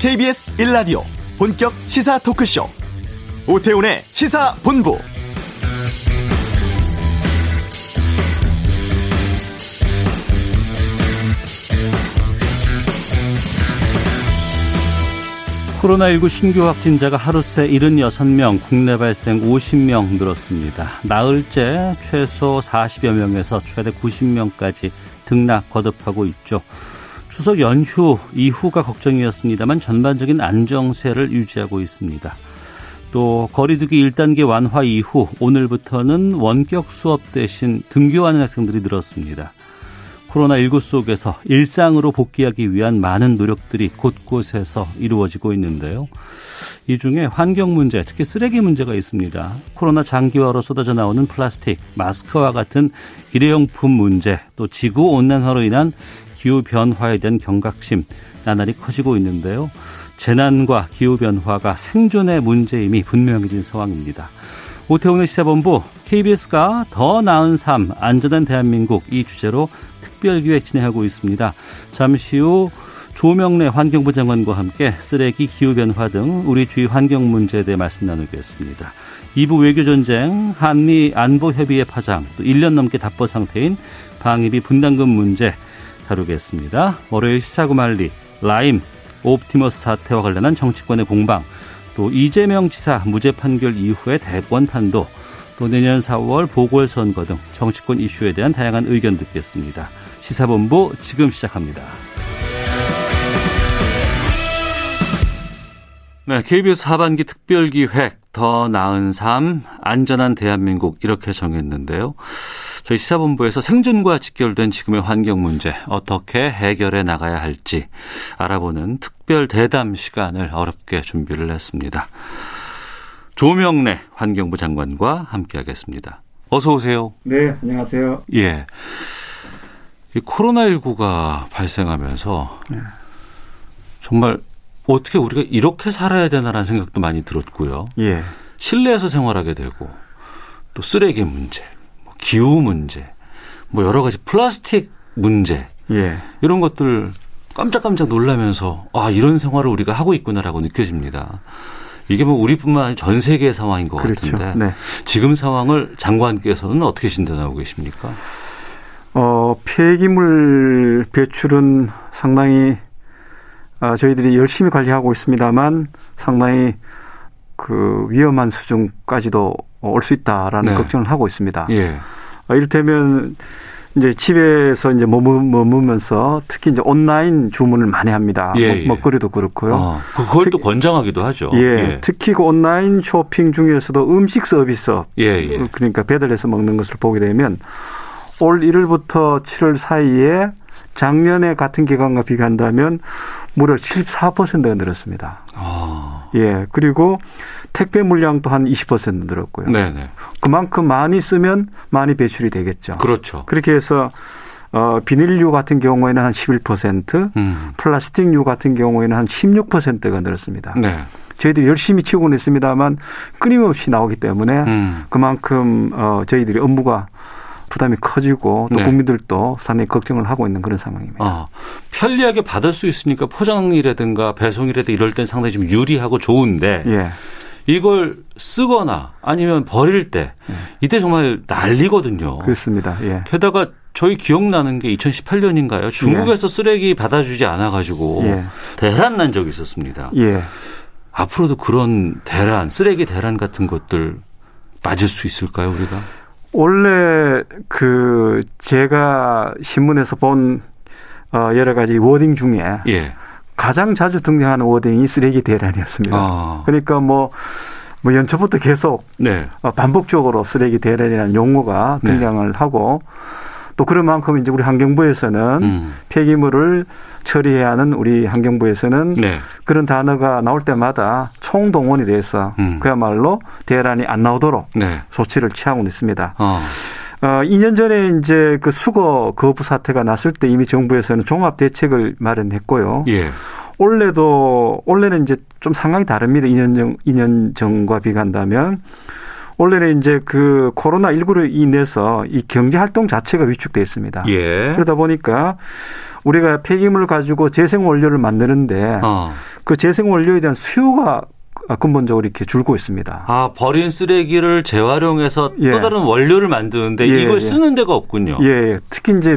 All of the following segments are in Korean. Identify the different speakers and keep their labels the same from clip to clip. Speaker 1: KBS 1라디오 본격 시사 토크쇼 오태훈의 시사본부
Speaker 2: 코로나19 신규 확진자가 하루 새 76명, 국내 발생 50명 늘었습니다. 나흘째 최소 40여 명에서 최대 90명까지 등락 거듭하고 있죠. 추석 연휴 이후가 걱정이었습니다만 전반적인 안정세를 유지하고 있습니다. 또 거리두기 1단계 완화 이후 오늘부터는 원격 수업 대신 등교하는 학생들이 늘었습니다. 코로나19 속에서 일상으로 복귀하기 위한 많은 노력들이 곳곳에서 이루어지고 있는데요. 이 중에 환경 문제, 특히 쓰레기 문제가 있습니다. 코로나 장기화로 쏟아져 나오는 플라스틱, 마스크와 같은 일회용품 문제, 또 지구 온난화로 인한 기후 변화에 대한 경각심 나날이 커지고 있는데요. 재난과 기후 변화가 생존의 문제임이 분명해진 상황입니다. 오태훈의 시사본부 KBS가 더 나은 삶 안전한 대한민국 이 주제로 특별기획 진행하고 있습니다. 잠시 후 조명래 환경부 장관과 함께 쓰레기 기후변화 등 우리 주위 환경 문제에 대해 말씀 나누겠습니다. 2부 외교전쟁, 한미 안보협의회 파장, 또 1년 넘게 답보 상태인 방위비 분담금 문제 다루겠습니다. 월요일 시사구말리, 라임, 옵티머스 사태와 관련한 정치권의 공방, 또 이재명 지사 무죄 판결 이후의 대권 판도, 또 내년 4월 보궐선거 등 정치권 이슈에 대한 다양한 의견 듣겠습니다. 시사본부 지금 시작합니다. 네, KBS 하반기 특별기획 더 나은 삶 안전한 대한민국 이렇게 정했는데요. 저희 시사본부에서 생존과 직결된 지금의 환경 문제 어떻게 해결해 나가야 할지 알아보는 특별 대담 시간을 어렵게 준비를 했습니다. 조명래 환경부 장관과 함께하겠습니다. 어서 오세요.
Speaker 3: 네, 안녕하세요.
Speaker 2: 예. 이 코로나19가 발생하면서
Speaker 3: 네.
Speaker 2: 정말 어떻게 우리가 이렇게 살아야 되나라는 생각도 많이 들었고요.
Speaker 3: 예.
Speaker 2: 실내에서 생활하게 되고 또 쓰레기 문제, 뭐 기후 문제, 뭐 여러 가지 플라스틱 문제
Speaker 3: 예.
Speaker 2: 이런 것들 깜짝깜짝 놀라면서 아 이런 생활을 우리가 하고 있구나라고 느껴집니다. 이게 뭐 우리뿐만 아니라 전 세계의 상황인 것
Speaker 3: 그렇죠.
Speaker 2: 같은데
Speaker 3: 네.
Speaker 2: 지금 상황을 장관께서는 어떻게 진단하고 계십니까?
Speaker 3: 어, 폐기물 배출은 상당히 아, 저희들이 열심히 관리하고 있습니다만 상당히 그 위험한 수준까지도 올 수 있다라는
Speaker 2: 네.
Speaker 3: 걱정을 하고 있습니다.
Speaker 2: 예,
Speaker 3: 아, 이를테면 이제 집에서 이제 머무, 머무면서 특히 이제 온라인 주문을 많이 합니다.
Speaker 2: 예,
Speaker 3: 먹-
Speaker 2: 예.
Speaker 3: 먹거리도 그렇고요.
Speaker 2: 아, 그걸 또
Speaker 3: 특-
Speaker 2: 권장하기도 하죠.
Speaker 3: 예, 특히 그 온라인 쇼핑 중에서도 음식 서비스
Speaker 2: 예, 예.
Speaker 3: 그러니까 배달해서 먹는 것을 보게 되면 올 1일부터 7월 사이에 작년에 같은 기간과 비교한다면 무려 74%가 늘었습니다.
Speaker 2: 아,
Speaker 3: 예. 그리고 택배 물량도 한 20% 늘었고요.
Speaker 2: 네, 네,
Speaker 3: 그만큼 많이 쓰면 많이 배출이 되겠죠.
Speaker 2: 그렇죠.
Speaker 3: 그렇게 해서 어, 비닐류 같은 경우에는 한 11%,
Speaker 2: 음,
Speaker 3: 플라스틱류 같은 경우에는 한 16%가 늘었습니다.
Speaker 2: 네,
Speaker 3: 저희들이 열심히 치우고는 있습니다만 끊임없이 나오기 때문에
Speaker 2: 음,
Speaker 3: 그만큼 어, 저희들이 업무가 부담이 커지고 또
Speaker 2: 네.
Speaker 3: 국민들도 상당히 걱정을 하고 있는 그런 상황입니다.
Speaker 2: 아, 편리하게 받을 수 있으니까 포장이라든가 배송이라든가 이럴 땐 상당히 좀 유리하고 좋은데
Speaker 3: 예,
Speaker 2: 이걸 쓰거나 아니면 버릴 때 이때 정말 난리거든요.
Speaker 3: 그렇습니다. 예,
Speaker 2: 게다가 저희 기억나는 게 2018년인가요? 중국에서 쓰레기 받아주지 않아가지고
Speaker 3: 예.
Speaker 2: 대란 난 적이 있었습니다.
Speaker 3: 예.
Speaker 2: 앞으로도 그런 대란, 쓰레기 대란 같은 것들 맞을 수 있을까요, 우리가?
Speaker 3: 원래 그 제가 신문에서 본 어, 여러 가지 워딩 중에
Speaker 2: 예.
Speaker 3: 가장 자주 등장하는 워딩이 쓰레기 대란이었습니다.
Speaker 2: 아,
Speaker 3: 그러니까 뭐, 뭐 연초부터 계속
Speaker 2: 네.
Speaker 3: 어, 반복적으로 쓰레기 대란이라는 용어가
Speaker 2: 네.
Speaker 3: 등장을 하고 또 그런 만큼 이제 우리 환경부에서는
Speaker 2: 음.
Speaker 3: 폐기물을 처리해야 하는 우리 환경부에서는
Speaker 2: 네.
Speaker 3: 그런 단어가 나올 때마다 총동원이 돼서
Speaker 2: 음.
Speaker 3: 그야말로 대란이 안 나오도록
Speaker 2: 네.
Speaker 3: 조치를 취하고 있습니다.
Speaker 2: 어.
Speaker 3: 어, 2년 전에 이제 그 수거 거부 사태가 났을 때 이미 정부에서는 종합 대책을 마련했고요.
Speaker 2: 예.
Speaker 3: 올해도 올해는 이제 좀 상황이 다릅니다. 2년 전 2년 전과 비교한다면 원래는 이제 그 코로나 19로 인해서 이 경제 활동 자체가 위축돼 있습니다.
Speaker 4: 예.
Speaker 3: 그러다 보니까 우리가 폐기물을 가지고 재생 원료를 만드는데
Speaker 4: 어.
Speaker 3: 그 재생 원료에 대한 수요가 근본적으로 이렇게 줄고 있습니다.
Speaker 4: 아, 버린 쓰레기를 재활용해서
Speaker 3: 예.
Speaker 4: 또 다른 원료를 만드는데
Speaker 3: 예,
Speaker 4: 이걸
Speaker 3: 예.
Speaker 4: 쓰는 데가 없군요.
Speaker 3: 예, 특히 이제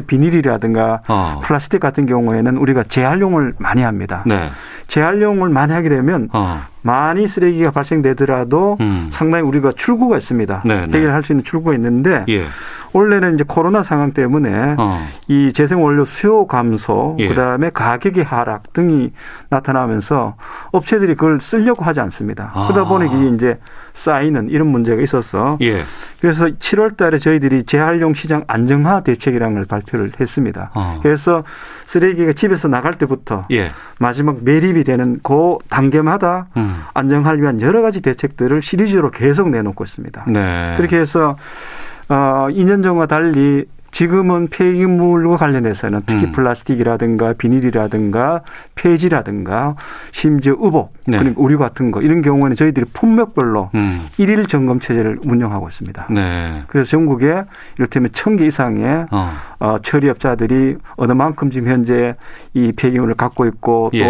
Speaker 4: 그렇죠.
Speaker 3: 비닐이라든가
Speaker 4: 어.
Speaker 3: 플라스틱 같은 경우에는 우리가 재활용을 많이 합니다.
Speaker 4: 네.
Speaker 3: 재활용을 많이 하게 되면
Speaker 4: 어.
Speaker 3: 많이 쓰레기가 발생되더라도
Speaker 4: 음.
Speaker 3: 상당히 우리가 출구가 있습니다.
Speaker 4: 네, 네.
Speaker 3: 해결할 수 있는 출구가 있는데
Speaker 4: 예.
Speaker 3: 원래는 이제 코로나 상황 때문에
Speaker 4: 어.
Speaker 3: 이 재생 원료 수요 감소,
Speaker 4: 예.
Speaker 3: 그다음에 가격의 하락 등이 나타나면서 업체들이 그걸 쓰려고 하지 않습니다.
Speaker 4: 아.
Speaker 3: 그러다 보니 이게 이제 쌓이는 이런 문제가 있어서
Speaker 4: 예.
Speaker 3: 그래서 7월 달에 저희들이 재활용 시장 안정화 대책이라는 걸 발표를 했습니다.
Speaker 4: 어.
Speaker 3: 그래서 쓰레기가 집에서 나갈 때부터
Speaker 4: 예.
Speaker 3: 마지막 매립이 되는 그 단계마다
Speaker 4: 음.
Speaker 3: 안정화를 위한 여러 가지 대책들을 시리즈로 계속 내놓고 있습니다.
Speaker 4: 네.
Speaker 3: 그렇게 해서 어, 2년 전과 달리 지금은 폐기물과 관련해서는 특히
Speaker 4: 음.
Speaker 3: 플라스틱이라든가 비닐이라든가 폐지라든가 심지어 의복
Speaker 4: 네.
Speaker 3: 그리고 의류 같은 거 이런 경우에는 저희들이 품목별로
Speaker 4: 음.
Speaker 3: 일일 점검 체제를 운영하고 있습니다.
Speaker 4: 네.
Speaker 3: 그래서 전국에 이를테면 천 개 이상의
Speaker 4: 어.
Speaker 3: 어, 처리업자들이 어느 만큼 지금 현재 이 폐기물을 갖고 있고 또
Speaker 4: 예.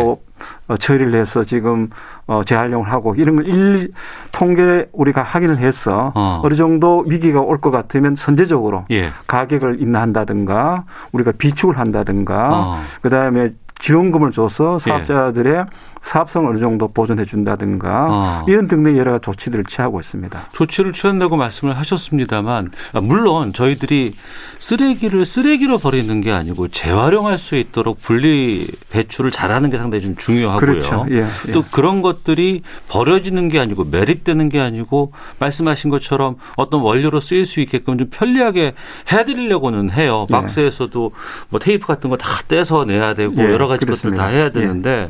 Speaker 3: 어, 처리를 해서 지금 어, 재활용을 하고 이런 걸 일, 통계 우리가 확인을 해서
Speaker 4: 어.
Speaker 3: 어. 느 정도 위기가 올 것 같으면 선제적으로
Speaker 4: 예.
Speaker 3: 가격을 인하한다든가 우리가 비축을 한다든가
Speaker 4: 어. 예.
Speaker 3: 그다음에 지원금을 줘서 사업자들의 사업성을 어느 정도 보존해 준다든가
Speaker 4: 어.
Speaker 3: 이런 등등 여러 가지 조치들을 취하고 있습니다.
Speaker 4: 조치를 취한다고 말씀을 하셨습니다만 아, 물론 저희들이 쓰레기를 쓰레기로 버리는 게 아니고 재활용할 수 있도록 분리 배출을 잘하는 게 상당히 좀 중요하고요.
Speaker 3: 그렇죠. 예, 예.
Speaker 4: 또 그런 것들이 버려지는 게 아니고 매립되는 게 아니고 말씀하신 것처럼 어떤 원료로 쓰일 수 있게끔 좀 편리하게 해드리려고는 해요.
Speaker 3: 예.
Speaker 4: 박스에서도 뭐 테이프 같은 거 다 떼서 내야 되고
Speaker 3: 예,
Speaker 4: 여러 가지 것들
Speaker 3: 그렇습니다.
Speaker 4: 다 해야
Speaker 3: 예.
Speaker 4: 되는데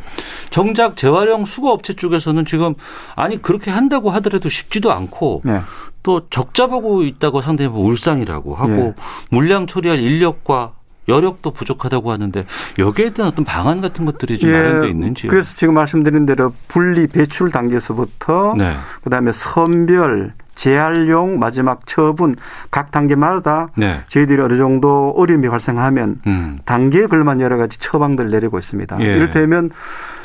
Speaker 4: 정작 재활용 수거업체 쪽에서는 지금 아니 그렇게 한다고 하더라도 쉽지도 않고
Speaker 3: 네.
Speaker 4: 또 적자 보고 있다고 상당히 뭐 울상이라고
Speaker 3: 네.
Speaker 4: 하고 물량 처리할 인력과 여력도 부족하다고 하는데 여기에 대한 어떤 방안 같은 것들이 좀 마련돼 있는지요?
Speaker 3: 예, 그래서 지금 말씀드린 대로 분리 배출 단계에서부터
Speaker 4: 네.
Speaker 3: 그다음에 선별, 재활용, 마지막 처분 각 단계마다
Speaker 4: 네.
Speaker 3: 저희들이 어느 정도 어려움이 발생하면
Speaker 4: 음.
Speaker 3: 단계에 걸만 여러 가지 처방들을 내리고 있습니다.
Speaker 4: 예.
Speaker 3: 이를테면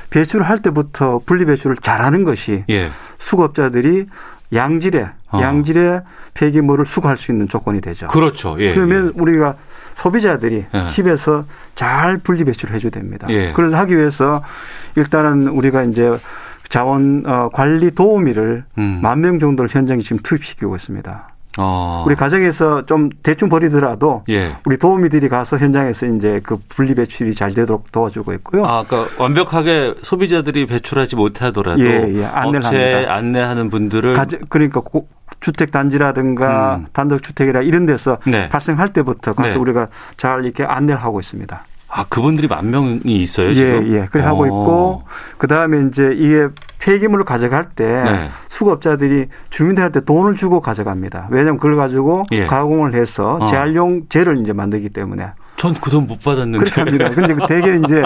Speaker 3: 배출할 때부터 분리 배출을 잘하는 것이
Speaker 4: 예.
Speaker 3: 수급자들이 양질의
Speaker 4: 어.
Speaker 3: 양질의 폐기물을 수거할 수 있는 조건이 되죠.
Speaker 4: 그렇죠. 예.
Speaker 3: 그러면 우리가 소비자들이
Speaker 4: 예.
Speaker 3: 집에서 잘 분리 배출을 해줘야 됩니다.
Speaker 4: 예.
Speaker 3: 그걸 하기 위해서 일단은 우리가 이제 자원 어, 관리 도우미를
Speaker 4: 음.
Speaker 3: 만 명 정도를 현장에 지금 투입시키고 있습니다.
Speaker 4: 예. 어.
Speaker 3: 우리 가정에서 좀 대충 버리더라도
Speaker 4: 예.
Speaker 3: 우리 도우미들이 가서 현장에서 이제 그 분리 배출이 잘 되도록 도와주고 있고요.
Speaker 4: 아, 그러니까 완벽하게 소비자들이 배출하지 못하더라도
Speaker 3: 예, 예. 안내를
Speaker 4: 업체
Speaker 3: 합니다.
Speaker 4: 안내하는 분들을
Speaker 3: 가정- 그러니까 고- 주택 단지라든가
Speaker 4: 음.
Speaker 3: 단독 주택이라 이런 데서
Speaker 4: 네.
Speaker 3: 발생할 때부터 가서
Speaker 4: 네.
Speaker 3: 우리가 잘 이렇게 안내를 하고 있습니다.
Speaker 4: 아 그분들이 만 명이 있어요 지금.
Speaker 3: 예, 예. 그래 하고
Speaker 4: 어.
Speaker 3: 있고 그다음에 이제 이게 폐기물을 가져갈 때
Speaker 4: 네.
Speaker 3: 수거업자들이 주민들한테 돈을 주고 가져갑니다. 왜냐하면 그걸 가지고
Speaker 4: 예.
Speaker 3: 가공을 해서
Speaker 4: 어.
Speaker 3: 재활용재를 이제 만들기 때문에
Speaker 4: 전 그 돈 못 받았는데.
Speaker 3: 그렇게 합니다. 근데 그 대개 이제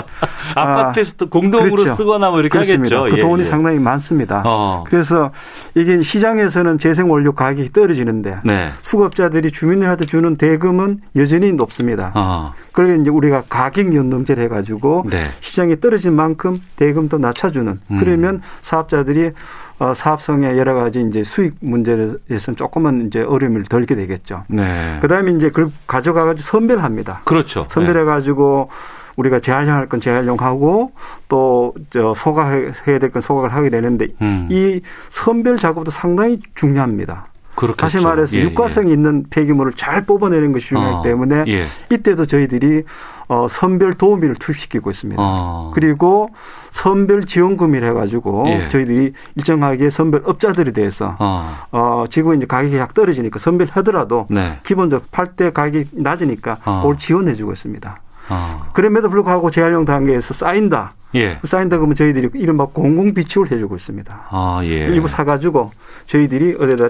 Speaker 4: 아파트에서 또 공동으로
Speaker 3: 그렇죠.
Speaker 4: 쓰거나 뭐 이렇게
Speaker 3: 그렇습니다.
Speaker 4: 하겠죠.
Speaker 3: 그
Speaker 4: 예,
Speaker 3: 돈이
Speaker 4: 예.
Speaker 3: 상당히 많습니다.
Speaker 4: 어.
Speaker 3: 그래서 이게 시장에서는 재생 원료 가격이 떨어지는데
Speaker 4: 네.
Speaker 3: 수급자들이 주민들한테 주는 대금은 여전히 높습니다.
Speaker 4: 아,
Speaker 3: 그러니까 이제 우리가 가격 연동제를 해가지고
Speaker 4: 네.
Speaker 3: 시장이 떨어진 만큼 대금도 낮춰주는
Speaker 4: 음.
Speaker 3: 그러면 사업자들이 어, 사업성의 여러 가지 이제 수익 문제에서는 조금은 이제 어려움을 덜게 되겠죠.
Speaker 4: 네.
Speaker 3: 그다음에 이제 그걸 가져가가지고 선별합니다.
Speaker 4: 그렇죠. 네.
Speaker 3: 선별해가지고 우리가 재활용할 건 재활용하고 또 저 소각해야 될 건 소각을 하게 되는데
Speaker 4: 음.
Speaker 3: 이 선별 작업도 상당히 중요합니다.
Speaker 4: 그렇겠죠.
Speaker 3: 다시 말해서
Speaker 4: 예,
Speaker 3: 육과성 이 있는 폐기물을 잘 뽑아내는 것이
Speaker 4: 예.
Speaker 3: 중요하기
Speaker 4: 어,
Speaker 3: 때문에
Speaker 4: 예.
Speaker 3: 이때도 저희들이 어, 선별 도우미를 투입시키고 있습니다.
Speaker 4: 어.
Speaker 3: 그리고 선별 지원금이라 해가지고
Speaker 4: 예.
Speaker 3: 저희들이 일정하게 선별 업자들에 대해서
Speaker 4: 어.
Speaker 3: 어, 지금 이제 가격이 약 떨어지니까 선별하더라도
Speaker 4: 네.
Speaker 3: 기본적으로 팔 때 가격이 낮으니까
Speaker 4: 어.
Speaker 3: 그걸 지원해주고 있습니다.
Speaker 4: 어.
Speaker 3: 그럼에도 불구하고 재활용 단계에서 쌓인다.
Speaker 4: 예.
Speaker 3: 쌓인다 그러면 저희들이 이른바 공공 비축을 해주고 있습니다.
Speaker 4: 아, 예.
Speaker 3: 일부 사가지고 저희들이 어디다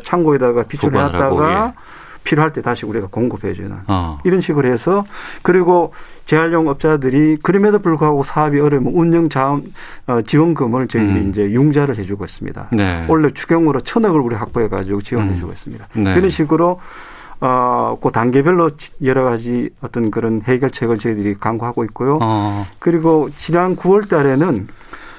Speaker 4: 보관을 하고,
Speaker 3: 창고에다가
Speaker 4: 예.
Speaker 3: 비축해놨다가 필요할 때 다시 우리가 공급해 주는
Speaker 4: 어.
Speaker 3: 이런 식으로 해서 그리고 재활용 업자들이 그럼에도 불구하고 사업이 어려우면 운영 자원 어, 지원금을 저희들이
Speaker 4: 음.
Speaker 3: 이제 융자를 해주고 있습니다.
Speaker 4: 네.
Speaker 3: 원래 추경으로 천억을 우리 확보해 가지고 지원해 주고 있습니다.
Speaker 4: 네.
Speaker 3: 그런 식으로 어, 그 단계별로 지- 여러 가지 어떤 그런 해결책을 저희들이 강구하고 있고요.
Speaker 4: 어.
Speaker 3: 그리고 지난 9월 달에는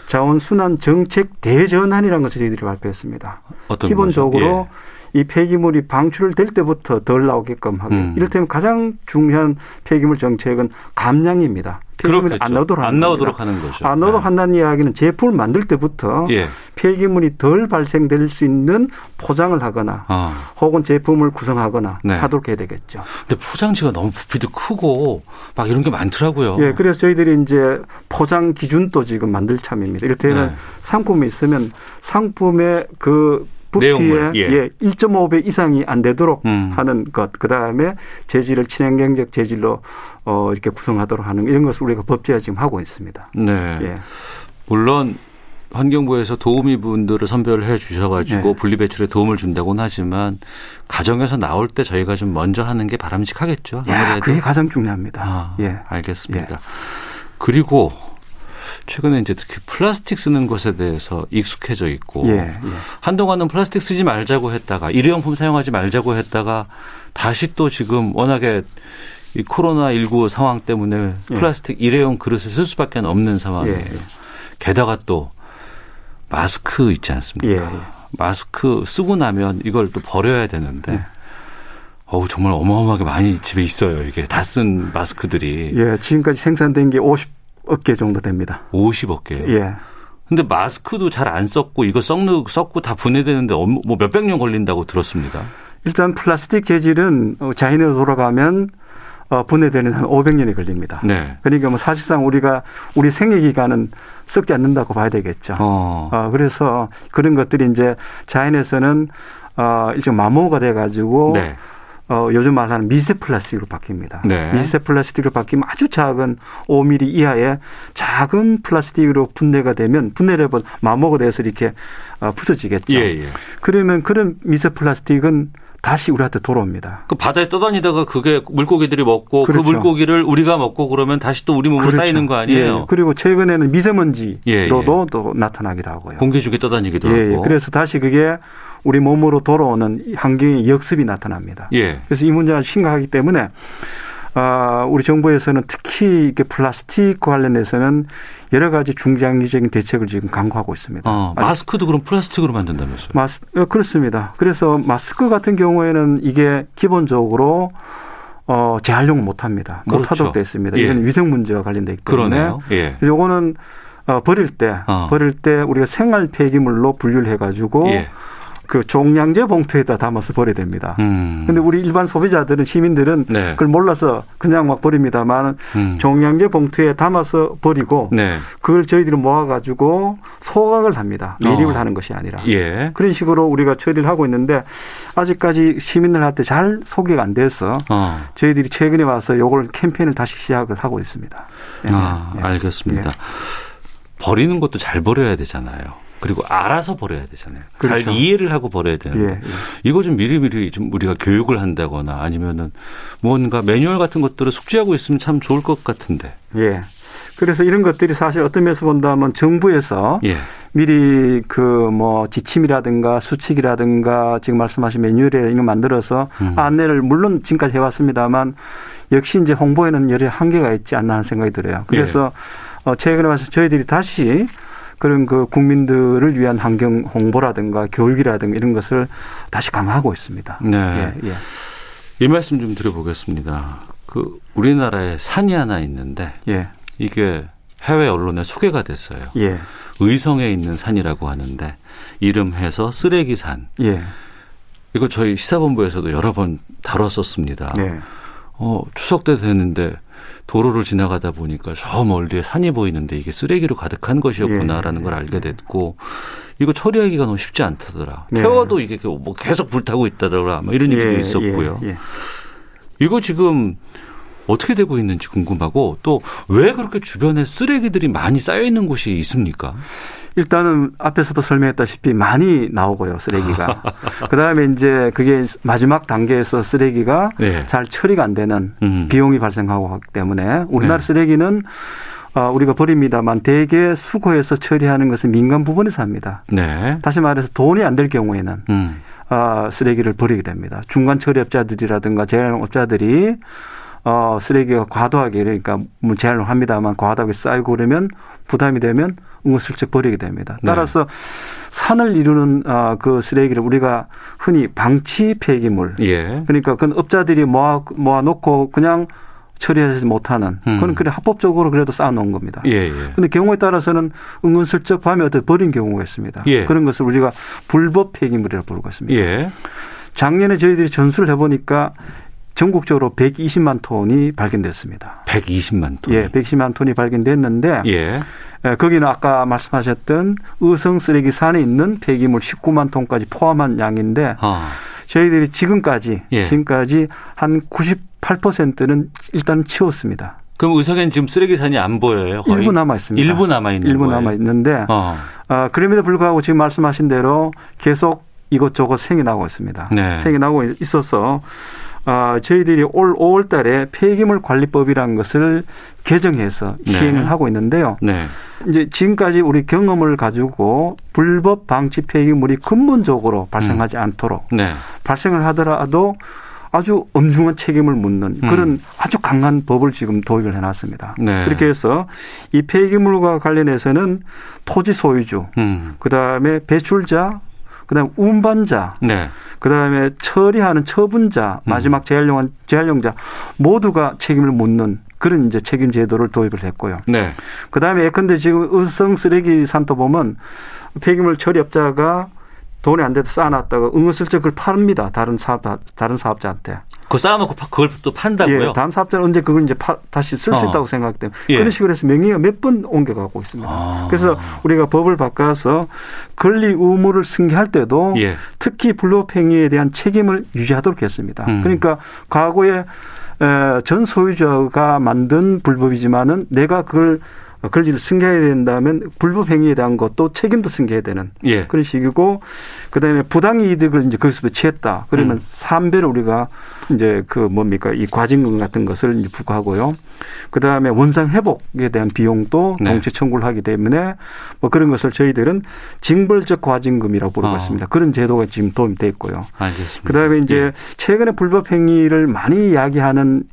Speaker 3: 자원순환 정책 대전환이라는 것을 저희들이 발표했습니다.
Speaker 4: 어떤
Speaker 3: 기본적으로
Speaker 4: 거죠?
Speaker 3: 이 폐기물이 방출될 때부터 덜 나오게끔 하고
Speaker 4: 음.
Speaker 3: 이를테면 가장 중요한 폐기물 정책은 감량입니다.
Speaker 4: 예. 그렇게
Speaker 3: 폐기물이 안 나오도록
Speaker 4: 안
Speaker 3: 하는
Speaker 4: 나오도록
Speaker 3: 겁니다.
Speaker 4: 하는 거죠. 네.
Speaker 3: 안 나오도록 한다는 이야기는 제품을 만들 때부터
Speaker 4: 예.
Speaker 3: 폐기물이 덜 발생될 수 있는 포장을 하거나
Speaker 4: 아.
Speaker 3: 혹은 제품을 구성하거나
Speaker 4: 네.
Speaker 3: 하도록 해야 되겠죠.
Speaker 4: 근데 포장지가 너무 부피도 크고 막 이런 게 많더라고요.
Speaker 3: 예, 그래서 저희들이 이제 포장 기준도 지금 만들 참입니다. 이를테면
Speaker 4: 네.
Speaker 3: 상품이 있으면 상품의 그 부피에
Speaker 4: 내용물, 예.
Speaker 3: 1.5배 이상이 안 되도록
Speaker 4: 음.
Speaker 3: 하는 것, 그 다음에 재질을 친환경적 재질로 어, 이렇게 구성하도록 하는 이런 것을 우리가 법제화 지금 하고 있습니다.
Speaker 4: 네.
Speaker 3: 예.
Speaker 4: 물론 환경부에서 도우미 분들을 선별을 해 주셔가지고
Speaker 3: 네.
Speaker 4: 분리 배출에 도움을 준다고는 하지만 가정에서 나올 때 저희가 좀 먼저 하는 게 바람직하겠죠.
Speaker 3: 야,
Speaker 4: 아무래도.
Speaker 3: 그게 가장 중요합니다.
Speaker 4: 아,
Speaker 3: 예.
Speaker 4: 알겠습니다. 그리고 최근에 이제 특히 플라스틱 쓰는 것에 대해서 익숙해져 있고
Speaker 3: 예, 예.
Speaker 4: 한동안은 플라스틱 쓰지 말자고 했다가 일회용품 사용하지 말자고 했다가 다시 또 지금 워낙에 이 코로나 19 상황 때문에
Speaker 3: 예.
Speaker 4: 플라스틱 일회용 그릇을 쓸 수밖에 없는 상황이에요.
Speaker 3: 예.
Speaker 4: 게다가 또 마스크 있지 않습니까?
Speaker 3: 예, 예.
Speaker 4: 마스크 쓰고 나면 이걸 또 버려야 되는데
Speaker 3: 예.
Speaker 4: 어우 정말 어마어마하게 많이 집에 있어요. 이게 다 쓴 마스크들이
Speaker 3: 예, 지금까지 생산된 게 50억 개 정도 됩니다.
Speaker 4: 50억 개예요.
Speaker 3: 예.
Speaker 4: 근데 마스크도 잘 안 썼고 이거 썩는 썩고 다 분해되는데 엄- 뭐 몇백 년 걸린다고 들었습니다.
Speaker 3: 일단 플라스틱 재질은 어, 자연으로 돌아가면 어, 분해되는 한 500년이 걸립니다.
Speaker 4: 네.
Speaker 3: 그러니까 뭐 사실상 우리가 우리 생애 기간은 썩지 않는다고 봐야 되겠죠.
Speaker 4: 어.
Speaker 3: 어, 그래서 그런 것들이 이제 자연에서는 어, 일종 마모가 돼가지고
Speaker 4: 네.
Speaker 3: 어, 요즘 말하는 미세 플라스틱으로 바뀝니다.
Speaker 4: 네.
Speaker 3: 미세 플라스틱으로 바뀌면 아주 작은 5mm 이하의 작은 플라스틱으로 분해가 되면 분해를 해본 마모가 돼서 이렇게 어, 부서지겠죠.
Speaker 4: 예, 예.
Speaker 3: 그러면 그런 미세 플라스틱은 다시 우리한테 돌아옵니다.
Speaker 4: 그 바다에 떠다니다가 그게 물고기들이 먹고 그
Speaker 3: 그렇죠.
Speaker 4: 물고기를 우리가 먹고 그러면 다시 또 우리 몸으로
Speaker 3: 그렇죠.
Speaker 4: 쌓이는 거
Speaker 3: 예,
Speaker 4: 아니에요?
Speaker 3: 그리고 최근에는 미세먼지로도
Speaker 4: 예, 예.
Speaker 3: 또 나타나기도 하고요.
Speaker 4: 공기 중에 떠다니기도
Speaker 3: 예, 예.
Speaker 4: 하고.
Speaker 3: 그래서 다시 그게 우리 몸으로 돌아오는 이 환경의 역습이 나타납니다.
Speaker 4: 예.
Speaker 3: 그래서 이 문제가 심각하기 때문에 아, 우리 정부에서는 특히 이게 플라스틱 관련해서는 여러 가지 중장기적인 대책을 지금 강구하고 있습니다.
Speaker 4: 어,
Speaker 3: 아직
Speaker 4: 마스크도 그럼 플라스틱으로 만든다면서요?
Speaker 3: 마스, 어, 그렇습니다. 그래서 마스크 같은 경우에는 이게 기본적으로 어, 재활용 못 합니다. 못
Speaker 4: 그렇죠.
Speaker 3: 하도록 되어 있습니다.
Speaker 4: 예.
Speaker 3: 이건 위생 문제와 관련돼 있기 때문에.
Speaker 4: 그러네요. 예.
Speaker 3: 그래서 요거는 어, 버릴 때,
Speaker 4: 어.
Speaker 3: 버릴 때 우리가 생활 폐기물로 분류를 해가지고
Speaker 4: 예.
Speaker 3: 그 종량제 봉투에다 담아서 버려야 됩니다.
Speaker 4: 음.
Speaker 3: 근데 우리 일반 소비자들은 시민들은
Speaker 4: 네.
Speaker 3: 그걸 몰라서 그냥 막 버립니다만
Speaker 4: 음.
Speaker 3: 종량제 봉투에 담아서 버리고
Speaker 4: 네.
Speaker 3: 그걸 저희들이 모아가지고 소각을 합니다. 매립을
Speaker 4: 어.
Speaker 3: 하는 것이 아니라.
Speaker 4: 예.
Speaker 3: 그런 식으로 우리가 처리를 하고 있는데 아직까지 시민들한테 잘 소개가 안 돼서
Speaker 4: 어.
Speaker 3: 저희들이 최근에 와서 요걸 캠페인을 다시 시작을 하고 있습니다. 예.
Speaker 4: 아,
Speaker 3: 예.
Speaker 4: 알겠습니다. 버리는 것도 잘 버려야 되잖아요. 그리고 알아서 버려야 되잖아요.
Speaker 3: 그렇죠.
Speaker 4: 잘 이해를 하고 버려야 되는데
Speaker 3: 예, 예.
Speaker 4: 이거 좀 미리미리 좀 우리가 교육을 한다거나 아니면은 뭔가 매뉴얼 같은 것들을 숙지하고 있으면 참 좋을 것 같은데.
Speaker 3: 예. 그래서 이런 것들이 사실 어떤 면에서 본다면 정부에서
Speaker 4: 예.
Speaker 3: 미리 그 뭐 지침이라든가 수칙이라든가 지금 말씀하신 매뉴얼에 이런 거 만들어서
Speaker 4: 음.
Speaker 3: 안내를 물론 지금까지 해왔습니다만 역시 이제 홍보에는 여러 한계가 있지 않나 하는 생각이 들어요.
Speaker 4: 예.
Speaker 3: 그래서 어, 최근에 와서 저희들이 다시 그런 그 국민들을 위한 환경 홍보라든가 교육이라든가 이런 것을 다시 강화하고 있습니다.
Speaker 4: 네.
Speaker 3: 예, 예.
Speaker 4: 이 말씀 좀 드려보겠습니다. 그 우리나라에 산이 하나 있는데
Speaker 3: 예,
Speaker 4: 이게 해외 언론에 소개가 됐어요.
Speaker 3: 예,
Speaker 4: 의성에 있는 산이라고 하는데 이름해서 쓰레기산.
Speaker 3: 예,
Speaker 4: 이거 저희 시사본부에서도 여러 번 다뤘었습니다.
Speaker 3: 네.
Speaker 4: 어, 추석 때 됐는데 도로를 지나가다 보니까 저 멀리에 산이 보이는데 이게 쓰레기로 가득한 것이었구나라는
Speaker 3: 예,
Speaker 4: 걸
Speaker 3: 예,
Speaker 4: 알게 됐고 이거 처리하기가 너무 쉽지 않다더라.
Speaker 3: 네.
Speaker 4: 태워도 이게 뭐 계속 불타고 있다더라. 뭐 이런 얘기도
Speaker 3: 예,
Speaker 4: 있었고요.
Speaker 3: 예, 예.
Speaker 4: 이거 지금
Speaker 2: 어떻게 되고 있는지 궁금하고 또 왜 그렇게 주변에 쓰레기들이 많이 쌓여 있는 곳이 있습니까?
Speaker 3: 일단은 앞에서도 설명했다시피 많이 나오고요 쓰레기가 그다음에 이제 그게 마지막 단계에서 쓰레기가
Speaker 2: 네.
Speaker 3: 잘 처리가 안 되는
Speaker 2: 음.
Speaker 3: 비용이 발생하고 하기 때문에 우리나라
Speaker 2: 네.
Speaker 3: 쓰레기는 아, 우리가 버립니다만 대개 수거해서 처리하는 것은 민간 부분에서 합니다.
Speaker 2: 네.
Speaker 3: 다시 말해서 돈이 안 될 경우에는
Speaker 2: 음.
Speaker 3: 아, 쓰레기를 버리게 됩니다. 중간 처리업자들이라든가 재활용업자들이 어, 쓰레기가 과도하게 그러니까 뭐 재활용 합니다만 과도하게 쌓이고 그러면 부담이 되면 응원슬쩍 버리게 됩니다.
Speaker 2: 네.
Speaker 3: 따라서 산을 이루는 아, 그 쓰레기를 우리가 흔히 방치 폐기물
Speaker 2: 예.
Speaker 3: 그러니까 그건 업자들이 모아 모아놓고 그냥 처리하지 못하는
Speaker 2: 음.
Speaker 3: 그건 그래 합법적으로 그래도 쌓아놓은 겁니다.
Speaker 2: 예, 예.
Speaker 3: 근데 경우에 따라서는 은근슬쩍 밤에 어디 버린 경우가 있습니다.
Speaker 2: 예.
Speaker 3: 그런 것을 우리가 불법 폐기물이라고 부르고 있습니다.
Speaker 2: 예.
Speaker 3: 작년에 저희들이 전수를 해보니까 전국적으로 120만 톤이 발견됐습니다.
Speaker 2: 120만 톤.
Speaker 3: 예, 120만 톤이 발견됐는데
Speaker 2: 예.
Speaker 3: 예, 거기는 아까 말씀하셨던 의성 쓰레기 산에 있는 폐기물 19만 톤까지 포함한 양인데
Speaker 2: 아.
Speaker 3: 저희들이 지금까지
Speaker 2: 예.
Speaker 3: 지금까지 한 98%는 일단 치웠습니다.
Speaker 4: 그럼 의석엔 지금 쓰레기산이 안 보여요. 거의?
Speaker 3: 일부 남아 있습니다.
Speaker 4: 일부 남아있는
Speaker 3: 일부
Speaker 4: 거예요.
Speaker 3: 남아 있는데
Speaker 4: 어.
Speaker 3: 아, 그럼에도 불구하고 지금 말씀하신 대로 계속 이것저것 생이 나고 있습니다.
Speaker 4: 네.
Speaker 3: 생이 나고 있어서 아, 저희들이 올 5월 달에 폐기물 관리법이라는 것을 개정해서
Speaker 2: 네.
Speaker 3: 시행을 하고 있는데요.
Speaker 2: 네.
Speaker 3: 이제 지금까지 우리 경험을 가지고 불법 방치 폐기물이 근본적으로 발생하지 않도록
Speaker 2: 네.
Speaker 3: 발생을 하더라도 아주 엄중한 책임을 묻는 그런 아주 강한 법을 지금 도입을 해놨습니다.
Speaker 2: 음. 네.
Speaker 3: 그렇게 해서 이 폐기물과 관련해서는 토지 소유주,
Speaker 2: 음.
Speaker 3: 그 다음에 배출자, 그 다음에 운반자,
Speaker 2: 네.
Speaker 3: 그 다음에 처리하는 처분자, 마지막 재활용한, 재활용자 모두가 책임을 묻는 그런 이제 책임 제도를 도입을 했고요.
Speaker 2: 네.
Speaker 3: 그 다음에 예컨대 지금 의성 쓰레기 산도 보면 폐기물 처리업자가 돈이 안 돼도 쌓아놨다가 은근슬쩍 그걸 팝니다. 다른 사업, 다른 사업자한테.
Speaker 4: 그거 쌓아놓고 파- 그걸 또 판다고요?
Speaker 3: 예, 다음 사업자는 언제 그걸 이제 파- 다시 쓸 수
Speaker 4: 어.
Speaker 3: 있다고 생각하기 때문에
Speaker 4: 예. 아.
Speaker 3: 그런 식으로 해서 명의가 몇 번 옮겨가고 있습니다. 그래서 우리가 법을 바꿔서 권리 의무를 승계할 때도
Speaker 2: 예.
Speaker 3: 특히 불법 행위에 대한 책임을 유지하도록 했습니다.
Speaker 2: 음.
Speaker 3: 그러니까 과거에 에, 전 소유자가 만든 불법이지만은 내가 그걸 어, 권리를 승계해야 된다면 불법 행위에 대한 것도 책임도 승계해야 되는
Speaker 2: 예.
Speaker 3: 그런 식이고 그다음에 부당 이득을 이제 거기서 취했다. 그러면
Speaker 2: 음.
Speaker 3: 삼배를 우리가 이제 그 뭡니까 이 과징금 같은 것을 이제 부과하고요. 그다음에 원상 회복에 대한 비용도
Speaker 2: 네.
Speaker 3: 동체 청구를 하기 때문에 뭐 그런 것을 저희들은 징벌적 과징금이라고 부르고
Speaker 2: 아.
Speaker 3: 있습니다. 그런 제도가 지금 도입돼 있고요.
Speaker 2: 알겠습니다.
Speaker 3: 그다음에 이제 최근에 불법 행위를 많이 이야기하는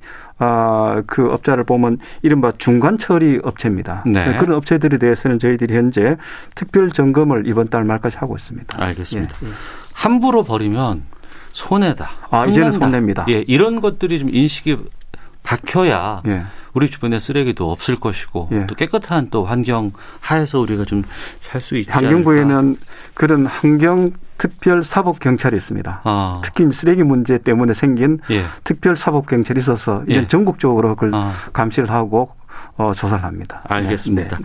Speaker 3: 아, 그 업자를 보면 이른바 중간 처리 업체입니다. 그러니까
Speaker 2: 네.
Speaker 3: 그런 업체들에 대해서는 저희들이 현재 특별 점검을 이번 달 말까지 하고 있습니다.
Speaker 2: 알겠습니다.
Speaker 3: 예,
Speaker 2: 함부로 버리면 손해다.
Speaker 3: 아, 이제는
Speaker 2: 혼난다.
Speaker 3: 손해입니다.
Speaker 2: 예, 이런 것들이 좀 인식이 박혀야
Speaker 3: 예.
Speaker 2: 우리 주변에 쓰레기도 없을 것이고
Speaker 3: 예.
Speaker 2: 또 깨끗한 또 환경 하에서 우리가 좀 살 수 있지 않을까.
Speaker 3: 환경부에는 그런 환경 특별 사법 경찰이 있습니다.
Speaker 2: 아,
Speaker 3: 특히 쓰레기 문제 때문에 생긴
Speaker 2: 예.
Speaker 3: 특별 사법 경찰이 있어서 이제
Speaker 2: 예.
Speaker 3: 전국적으로 그걸
Speaker 2: 아.
Speaker 3: 감시를 하고 어, 조사를 합니다.
Speaker 2: 알겠습니다.
Speaker 3: 네.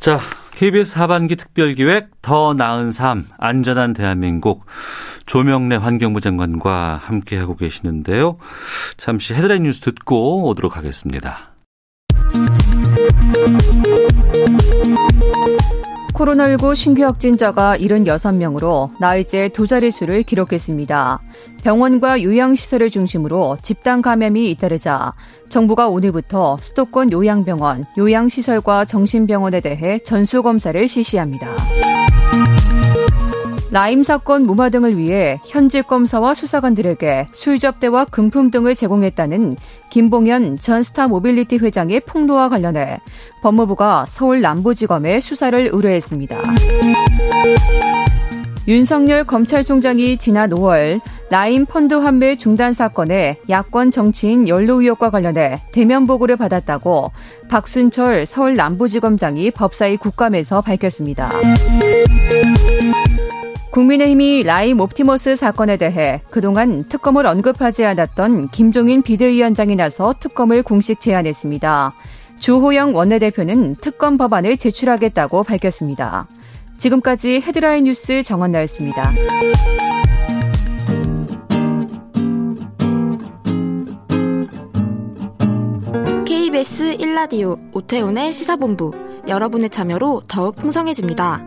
Speaker 4: 자, KBS 하반기 특별기획 더 나은 삶 안전한 대한민국 조명래 환경부 장관과 함께하고 계시는데요. 잠시 헤드라인 뉴스 듣고 오도록 하겠습니다.
Speaker 5: 코로나19 신규 확진자가 76명으로 나흘째 두 자릿수를 기록했습니다. 병원과 요양시설을 중심으로 집단 감염이 잇따르자 정부가 오늘부터 수도권 요양병원, 요양시설과 정신병원에 대해 전수검사를 실시합니다. 라임 사건 무마 등을 위해 현직 검사와 수사관들에게 술접대와 금품 등을 제공했다는 김봉현 전 스타 모빌리티 회장의 폭로와 관련해 법무부가 서울 남부지검에 수사를 의뢰했습니다. 윤석열 검찰총장이 지난 5월 라임 펀드 환매 중단 사건에 야권 정치인 연루 의혹과 관련해 대면 보고를 받았다고 박순철 서울 남부지검장이 법사위 국감에서 밝혔습니다. 국민의힘이 라임 옵티머스 사건에 대해 그동안 특검을 언급하지 않았던 김종인 비대위원장이 나서 특검을 공식 제안했습니다. 주호영 원내대표는 특검 법안을 제출하겠다고 밝혔습니다. 지금까지 헤드라인 뉴스 정원나였습니다.
Speaker 6: KBS 1라디오 오태훈의 시사본부 여러분의 참여로 더욱 풍성해집니다.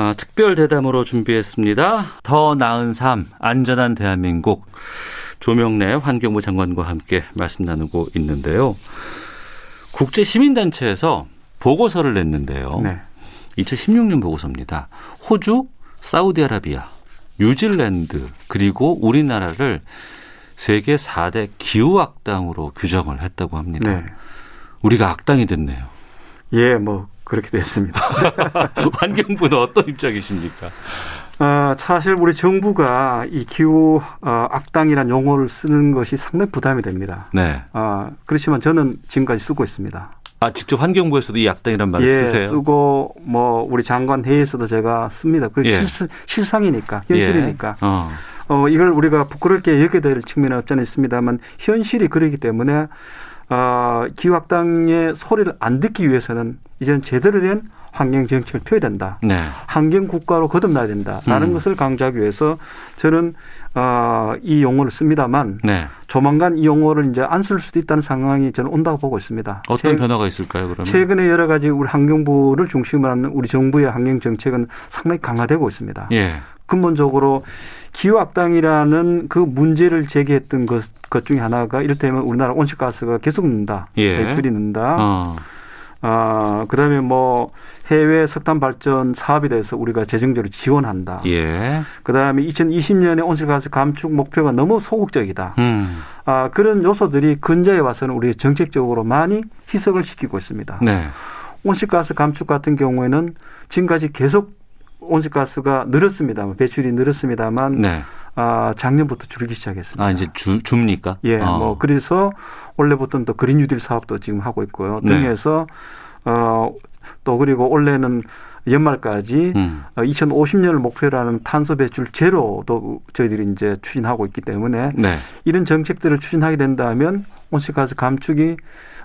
Speaker 2: 아, 특별 대담으로 준비했습니다.
Speaker 4: 더 나은 삶, 안전한 대한민국.
Speaker 2: 조명래 환경부 장관과 함께 말씀 나누고 있는데요. 국제 시민단체에서 보고서를 냈는데요.
Speaker 3: 네.
Speaker 2: 2016년 보고서입니다. 호주, 사우디아라비아, 뉴질랜드 그리고 우리나라를 세계 4대 기후 악당으로 규정을 했다고 합니다.
Speaker 3: 네.
Speaker 2: 우리가 악당이 됐네요.
Speaker 3: 예, 뭐 그렇게 됐습니다.
Speaker 2: 환경부는 어떤 입장이십니까?
Speaker 3: 어, 사실 우리 정부가 이 기후 어, 악당이라는 용어를 쓰는 것이 상당히 부담이 됩니다.
Speaker 2: 네.
Speaker 3: 아, 그렇지만 저는 지금까지 쓰고 있습니다.
Speaker 2: 아 직접 환경부에서도 이 악당이란 말을
Speaker 3: 예,
Speaker 2: 아, 네, 쓰세요.
Speaker 3: 쓰고 뭐 우리 장관 회의에서도 제가 씁니다. 그게
Speaker 2: 예.
Speaker 3: 실, 실상이니까 그 현실이니까.
Speaker 2: 예. 어.
Speaker 3: 어, 이걸 우리가 부끄럽게 여겨야 될 측면은 없지 않아 있습니다만 현실이 그러기 때문에 어, 기후학당의 소리를 안 듣기 위해서는 이제는 제대로 된 환경 정책을 펴야 된다.
Speaker 2: 네.
Speaker 3: 환경 국가로 거듭나야 된다라는
Speaker 2: 음.
Speaker 3: 것을 강조하기 위해서 저는 어, 이 용어를 씁니다만
Speaker 2: 네.
Speaker 3: 조만간 이 용어를 이제 안 쓸 수도 있다는 상황이 저는 온다고 보고 있습니다.
Speaker 2: 어떤
Speaker 3: 최-
Speaker 2: 변화가 있을까요, 그러면?
Speaker 3: 최근에 여러 가지 우리 환경부를 중심으로 하는 우리 정부의 환경 정책은 상당히 강화되고 있습니다.
Speaker 2: 예.
Speaker 3: 근본적으로 기후악당이라는 그 문제를 제기했던 것, 것 중에 하나가 이를테면 우리나라 온실가스가 계속 는다,
Speaker 2: 예.
Speaker 3: 배출이 는다. 아,
Speaker 2: 어.
Speaker 3: 그다음에 뭐 해외 석탄 발전 사업에 대해서 우리가 재정적으로 지원한다.
Speaker 2: 예.
Speaker 3: 그다음에 2020년에 온실가스 감축 목표가 너무 소극적이다.
Speaker 2: 음.
Speaker 3: 아, 그런 요소들이 근자에 와서는 우리 정책적으로 많이 희석을 시키고 있습니다.
Speaker 2: 네.
Speaker 3: 온실가스 감축 같은 경우에는 지금까지 계속 온실가스가 늘었습니다만 배출이 늘었습니다만
Speaker 2: 네.
Speaker 3: 아, 작년부터 줄기 시작했습니다.
Speaker 2: 아, 이제 주, 줍니까?
Speaker 3: 예,
Speaker 2: 어.
Speaker 3: 뭐 그래서 원래부터는 또 그린 뉴딜 사업도 지금 하고 있고요.
Speaker 2: 네.
Speaker 3: 등에서 어, 또 그리고 올해는 연말까지
Speaker 2: 음.
Speaker 3: 어, 2050년을 목표로 하는 탄소 배출 제로도 저희들이 이제 추진하고 있기 때문에
Speaker 2: 네.
Speaker 3: 이런 정책들을 추진하게 된다면 온실가스 감축이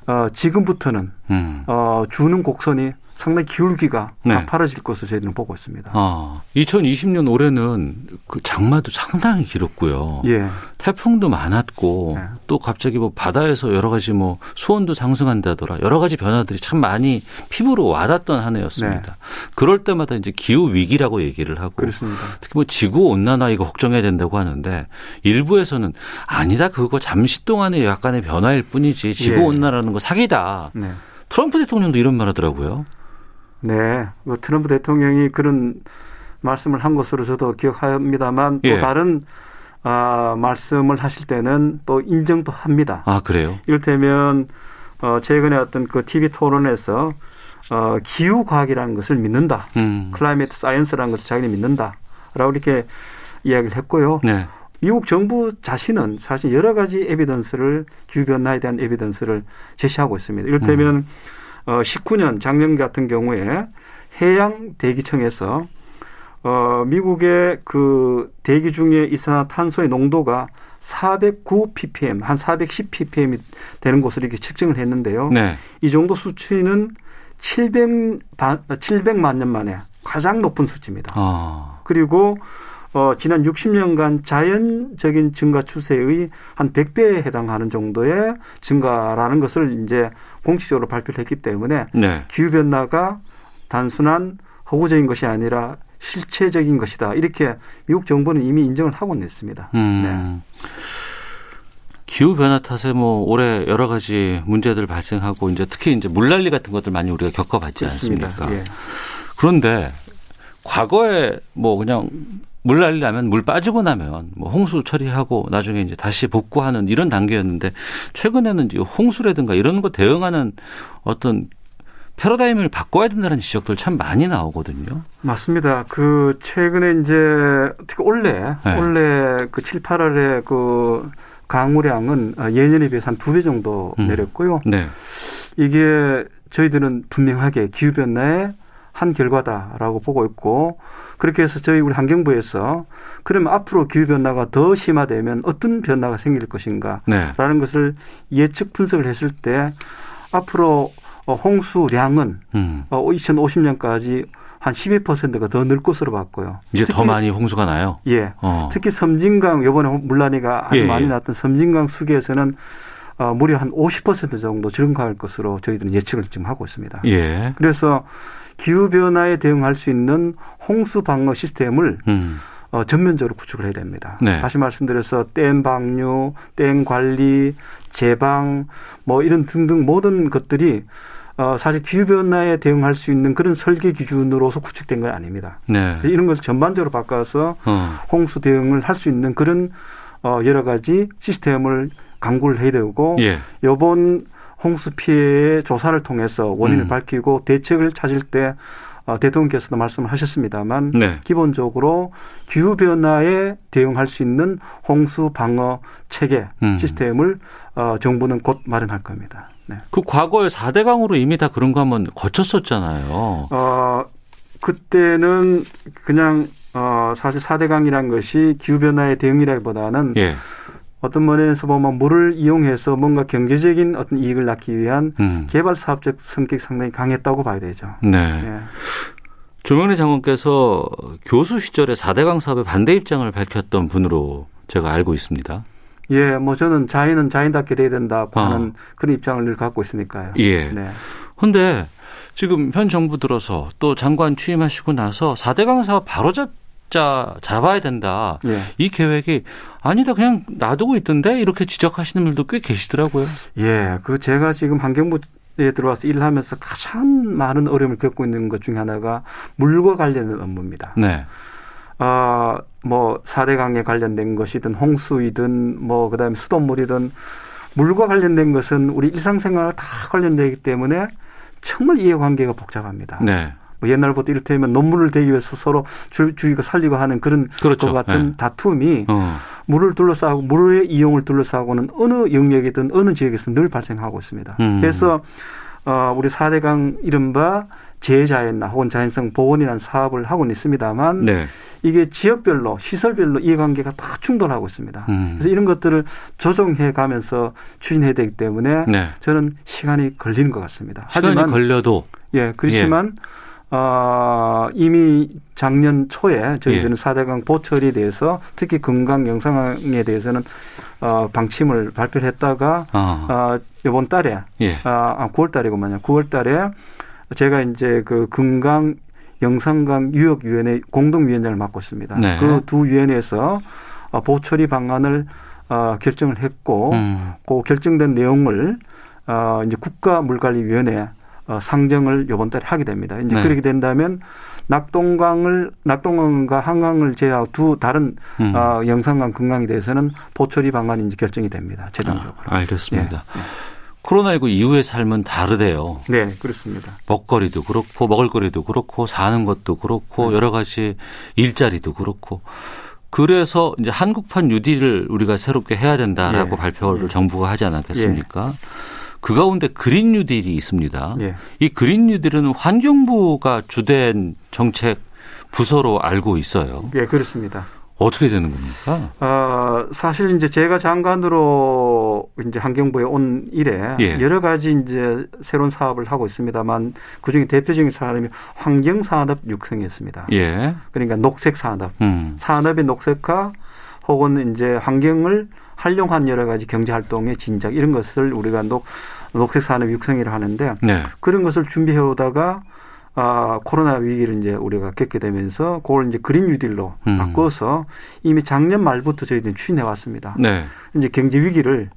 Speaker 3: 어, 지금부터는
Speaker 2: 음.
Speaker 3: 어, 주는 곡선이 상당히 기울기가
Speaker 2: 네.
Speaker 3: 가파라질 것으로 저희들은 보고 있습니다.
Speaker 2: 어. 2020년 올해는 그 장마도 상당히 길었고요.
Speaker 3: 예,
Speaker 2: 태풍도 많았고
Speaker 3: 네.
Speaker 2: 또 갑자기 뭐 바다에서 여러 가지 뭐 수온도 상승한다더라 여러 가지 변화들이 참 많이 피부로 와닿던 한 해였습니다. 그럴 때마다 이제 기후 위기라고 얘기를 하고
Speaker 3: 네. 그렇습니다.
Speaker 2: 특히 뭐 지구 온난화 이거 걱정해야 된다고 하는데 일부에서는 아니다 그거 잠시 동안의 약간의 변화일 뿐이지 지구
Speaker 3: 예.
Speaker 2: 온난화라는 거 사기다.
Speaker 3: 네.
Speaker 2: 트럼프 대통령도 이런 말하더라고요.
Speaker 3: 네, 뭐 트럼프 대통령이 그런 말씀을 한 것으로 저도 기억합니다만 또
Speaker 2: 예.
Speaker 3: 다른 아, 말씀을 하실 때는 또 인정도 합니다.
Speaker 2: 아 그래요?
Speaker 3: 이를테면 어, 최근에 어떤 그 TV 토론에서 어, 기후 과학이라는 것을 믿는다,
Speaker 2: 음.
Speaker 3: 클라이메트 사이언스라는 것을 자기는 믿는다라고 이렇게 이야기를 했고요.
Speaker 2: 네.
Speaker 3: 미국 정부 자신은 사실 여러 가지 에비던스를 기후 변화에 대한 에비던스를 제시하고 있습니다. 이를테면 어, 19년 작년 같은 경우에 해양 대기청에서 어, 미국의 그 대기 중에 이산화탄소의 농도가 409 ppm 한 410 ppm이 되는 것으로 이렇게 측정을 했는데요.
Speaker 2: 네.
Speaker 3: 이 정도 수치는 700, 700만 년 만에 가장 높은 수치입니다.
Speaker 2: 아.
Speaker 3: 그리고 어, 지난 60년간 자연적인 증가 추세의 한 100배에 해당하는 정도의 증가라는 것을 이제 공식적으로 발표를 했기 때문에
Speaker 2: 네.
Speaker 3: 기후변화가 단순한 허구적인 것이 아니라 실체적인 것이다. 이렇게 미국 정부는 이미 인정을 하고 냈습니다. 네.
Speaker 2: 음. 기후 변화 탓에 뭐 올해 여러 가지 문제들 발생하고 이제 특히 이제 물난리 같은 것들 많이 우리가 겪어봤지 않습니까?
Speaker 3: 예.
Speaker 2: 그런데 과거에 뭐 그냥 물난리 나면 물 빠지고 나면 뭐 홍수 처리하고 나중에 이제 다시 복구하는 이런 단계였는데 최근에는 이제 홍수라든가 이런 거 대응하는 어떤 패러다임을 바꿔야 된다는 지적들 참 많이 나오거든요.
Speaker 3: 맞습니다. 그 최근에 이제 특히 올해
Speaker 2: 네.
Speaker 3: 올해 그 7, 8월에 그 강우량은 어, 예년에 비해서 한 두 배 정도
Speaker 2: 음.
Speaker 3: 내렸고요.
Speaker 2: 네.
Speaker 3: 이게 저희들은 분명하게 기후변화의 한 결과다라고 보고 있고 그렇게 해서 저희 우리 환경부에서 그러면 앞으로 기후 변화가 더 심화되면 어떤 변화가 생길 것인가라는
Speaker 2: 네.
Speaker 3: 것을 예측 분석을 했을 때 앞으로 어, 홍수량은
Speaker 2: 음.
Speaker 3: 어, 2050년까지 한 12%가 더 늘 것으로 봤고요.
Speaker 2: 이제 더
Speaker 3: 특히-
Speaker 2: 많이 홍수가 나요.
Speaker 3: 예.
Speaker 2: 어.
Speaker 3: 특히 섬진강 요번에 물난이가 아주
Speaker 2: 예,
Speaker 3: 많이
Speaker 2: 예.
Speaker 3: 났던 섬진강 수기에서는 어, 무려 한 50% 정도 증가할 것으로 저희들은 예측을 지금 하고 있습니다.
Speaker 2: 예.
Speaker 3: 그래서 기후 변화에 대응할 수 있는 홍수 방어 시스템을
Speaker 2: 음.
Speaker 3: 어, 전면적으로 구축을 해야 됩니다.
Speaker 2: 네.
Speaker 3: 다시 말씀드려서 댐 방류, 댐 관리, 제방 뭐 이런 등등 모든 것들이 어, 사실 기후 변화에 대응할 수 있는 그런 설계 기준으로서 구축된 건 아닙니다.
Speaker 2: 네.
Speaker 3: 이런 걸 전반적으로 바꿔서
Speaker 2: 어.
Speaker 3: 홍수 대응을 할 수 있는 그런 어, 여러 가지 시스템을 강구를 해야 되고
Speaker 2: 예.
Speaker 3: 요번 홍수 피해 조사를 통해서 원인을
Speaker 2: 음.
Speaker 3: 밝히고 대책을 찾을 때 어, 대통령께서도 말씀하셨습니다만
Speaker 2: 네.
Speaker 3: 기본적으로 기후 변화에 대응할 수 있는 홍수 방어 체계
Speaker 2: 음.
Speaker 3: 시스템을 어, 정부는 곧 마련할 겁니다. 네.
Speaker 2: 그 과거에 4대 강으로 이미 다 그런 거 한번 거쳤었잖아요.
Speaker 3: 어, 그때는 그냥 어, 사실 4대강이란 것이 기후 변화에 대응이라기보다는
Speaker 2: 예.
Speaker 3: 어떤 면에서 보면 물을 이용해서 뭔가 경제적인 어떤 이익을 낳기 위한
Speaker 2: 음.
Speaker 3: 개발 사업적 성격이 상당히 강했다고 봐야 되죠.
Speaker 2: 네.
Speaker 3: 예.
Speaker 2: 조명래 장관께서 교수 시절에 4대강 사업에 반대 입장을 밝혔던 분으로 제가 알고 있습니다.
Speaker 3: 예, 뭐 저는 자인은 자인답게 돼야 된다 하는 그런 입장을 늘 갖고 있으니까요.
Speaker 2: 아. 예.
Speaker 3: 네.
Speaker 2: 근데 지금 현 정부 들어서 또 장관 취임하시고 나서 4대강 사업 바로 잡자, 잡아야 된다.
Speaker 3: 예.
Speaker 2: 이 계획이 아니다, 그냥 놔두고 있던데? 이렇게 지적하시는 분들도 꽤 계시더라고요.
Speaker 3: 예, 그 제가 지금 환경부에 들어와서 일하면서 가장 많은 어려움을 겪고 있는 것 중에 하나가 물과 관련된 업무입니다.
Speaker 2: 네.
Speaker 3: 아, 뭐, 사대강에 관련된 것이든 홍수이든 뭐, 그 다음에 수돗물이든 물과 관련된 것은 우리 일상생활과 다 관련되기 때문에 정말 이해관계가 복잡합니다.
Speaker 2: 네.
Speaker 3: 뭐 옛날부터 이를테면 논문을 대기 위해서 서로 주, 죽이고 살리고 하는 그런
Speaker 2: 그렇죠.
Speaker 3: 것 같은
Speaker 2: 네.
Speaker 3: 다툼이
Speaker 2: 어.
Speaker 3: 물을 둘러싸고 물의 이용을 둘러싸고는 어느 영역이든 어느 지역에서 늘 발생하고 있습니다.
Speaker 2: 음.
Speaker 3: 그래서 어, 우리 사대강 이른바 재자연나 혹은 자연성 보존이라는 사업을 하고는 있습니다만
Speaker 2: 네.
Speaker 3: 이게 지역별로 시설별로 이해관계가 다 충돌하고 있습니다.
Speaker 2: 음.
Speaker 3: 그래서 이런 것들을 조정해 가면서 추진해야 되기 때문에
Speaker 2: 네.
Speaker 3: 저는 시간이 걸리는 것 같습니다.
Speaker 2: 시간이
Speaker 3: 하지만
Speaker 2: 걸려도
Speaker 3: 예, 그렇지만 어, 이미 작년 초에 저희들은
Speaker 2: 예.
Speaker 3: 사 4대강 보철에 대해서 특히 금강 영상에 대해서는 어, 방침을 발표를 했다가
Speaker 2: 아,
Speaker 3: 어, 이번 달에
Speaker 2: 예.
Speaker 3: 아, 아 9월 달이구만요. 9월 달에 제가 이제 그 금강 영산강 유역 위원회 공동 위원장을 맡고 있습니다.
Speaker 2: 네.
Speaker 3: 그 두 위원회에서 어, 보철이 방안을 어, 결정을 했고
Speaker 2: 음.
Speaker 3: 그 결정된 내용을 어, 이제 국가물관리위원회 어, 상정을 요번 달에 하게 됩니다. 이제
Speaker 2: 네.
Speaker 3: 그렇게 된다면 낙동강을 낙동강과 한강을 제외하고 두 다른
Speaker 2: 음.
Speaker 3: 어, 영산강 금강에 대해서는 보초리 방안이 이제 결정이 됩니다.
Speaker 2: 아,
Speaker 3: 최종적으로.
Speaker 2: 알겠습니다. 코로나19 이후의 삶은 다르대요.
Speaker 3: 네, 그렇습니다.
Speaker 2: 먹거리도 그렇고 먹을거리도 그렇고 사는 것도 그렇고 여러 가지 일자리도 그렇고 그래서 이제 한국판 뉴딜을 우리가 새롭게 해야 된다라고
Speaker 3: 예.
Speaker 2: 발표를 정부가 하지 않았겠습니까? 그 가운데 그린 뉴딜이 있습니다.
Speaker 3: 예.
Speaker 2: 이 그린 뉴딜은 환경부가 주된 정책 부서로 알고 있어요.
Speaker 3: 예, 그렇습니다.
Speaker 2: 어떻게 되는 겁니까?
Speaker 3: 어, 사실 이제 제가 장관으로 이제 환경부에 온 이래
Speaker 2: 예.
Speaker 3: 여러 가지 이제 새로운 사업을 하고 있습니다만 그중에 대표적인 사업이 환경 산업 육성이었습니다.
Speaker 2: 예.
Speaker 3: 그러니까 녹색 산업,
Speaker 2: 음.
Speaker 3: 산업의 녹색화 혹은 이제 환경을 활용한 여러 가지 경제 활동의 진작 이런 것을 우리가 녹, 녹색 산업 육성이라 하는데
Speaker 2: 네.
Speaker 3: 그런 것을 준비해 오다가 아, 코로나 위기를 이제 우리가 겪게 되면서 그걸 이제 그린 뉴딜로
Speaker 2: 음.
Speaker 3: 바꿔서 이미 작년 말부터 저희들이 추진해 왔습니다.
Speaker 2: 네.
Speaker 3: 이제 경제 위기를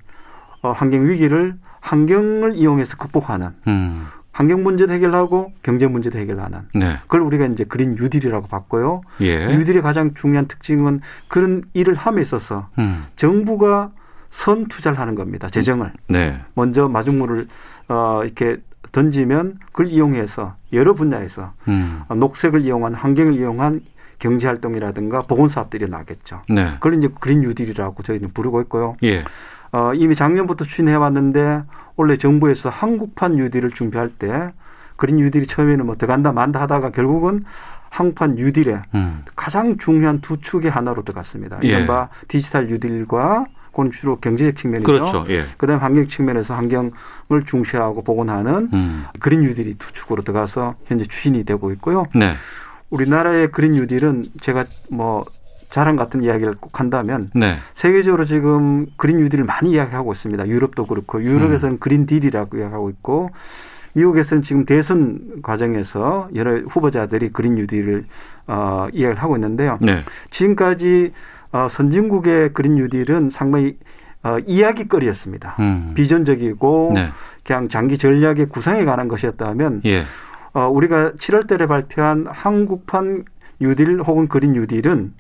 Speaker 3: 어, 환경 위기를 환경을 이용해서 극복하는
Speaker 2: 음.
Speaker 3: 환경 문제도 해결하고 경제 문제도 해결하는
Speaker 2: 네.
Speaker 3: 그걸 우리가 이제 그린 뉴딜이라고 바꿔요.
Speaker 4: 네.
Speaker 2: 예.
Speaker 3: 뉴딜의 가장 중요한 특징은 그런 일을 함에 있어서
Speaker 2: 음.
Speaker 3: 정부가 선 투자를 하는 겁니다. 재정을.
Speaker 2: 네.
Speaker 3: 먼저 마중물을 어, 이렇게 던지면 그걸 이용해서 여러 분야에서
Speaker 2: 음.
Speaker 3: 녹색을 이용한 환경을 이용한 경제 활동이라든가 보건 사업들이 나겠죠.
Speaker 2: 네.
Speaker 3: 그걸 이제 그린 뉴딜이라고 저희는 부르고 있고요.
Speaker 2: 예.
Speaker 3: 어, 이미 작년부터 추진해 왔는데 원래 정부에서 한국판 뉴딜을 준비할 때 그린 뉴딜이 처음에는 뭐 들어간다 만다 하다가 결국은 한판 뉴딜에
Speaker 2: 음.
Speaker 3: 가장 중요한 두 축의 하나로 들어갔습니다.
Speaker 2: 예.
Speaker 3: 이른바 디지털 뉴딜과 그건 주로 경제적 측면이죠.
Speaker 2: 그렇죠. 예.
Speaker 3: 그다음 환경 측면에서 환경을 중시하고 보건하는
Speaker 2: 음.
Speaker 3: 그린 뉴딜이 두 축으로 들어가서 현재 추진이 되고 있고요.
Speaker 2: 네.
Speaker 3: 우리나라의 그린 뉴딜은 제가 뭐 자랑 같은 이야기를 꼭 한다면
Speaker 2: 네.
Speaker 3: 세계적으로 지금 그린 뉴딜을 많이 이야기하고 있습니다. 유럽도 그렇고 유럽에서는
Speaker 2: 음.
Speaker 3: 그린 딜이라고 이야기하고 있고 미국에서는 지금 대선 과정에서 여러 후보자들이 그린 뉴딜을 어, 이야기를 하고 있는데요.
Speaker 2: 네.
Speaker 3: 지금까지 어, 선진국의 그린 뉴딜은 상당히 어, 이야기거리였습니다.
Speaker 2: 음.
Speaker 3: 비전적이고
Speaker 2: 네.
Speaker 3: 그냥 장기 전략의 구상에 관한 것이었다면
Speaker 2: 예.
Speaker 3: 어, 우리가 7월 달에 발표한 한국판 뉴딜 혹은 그린 뉴딜은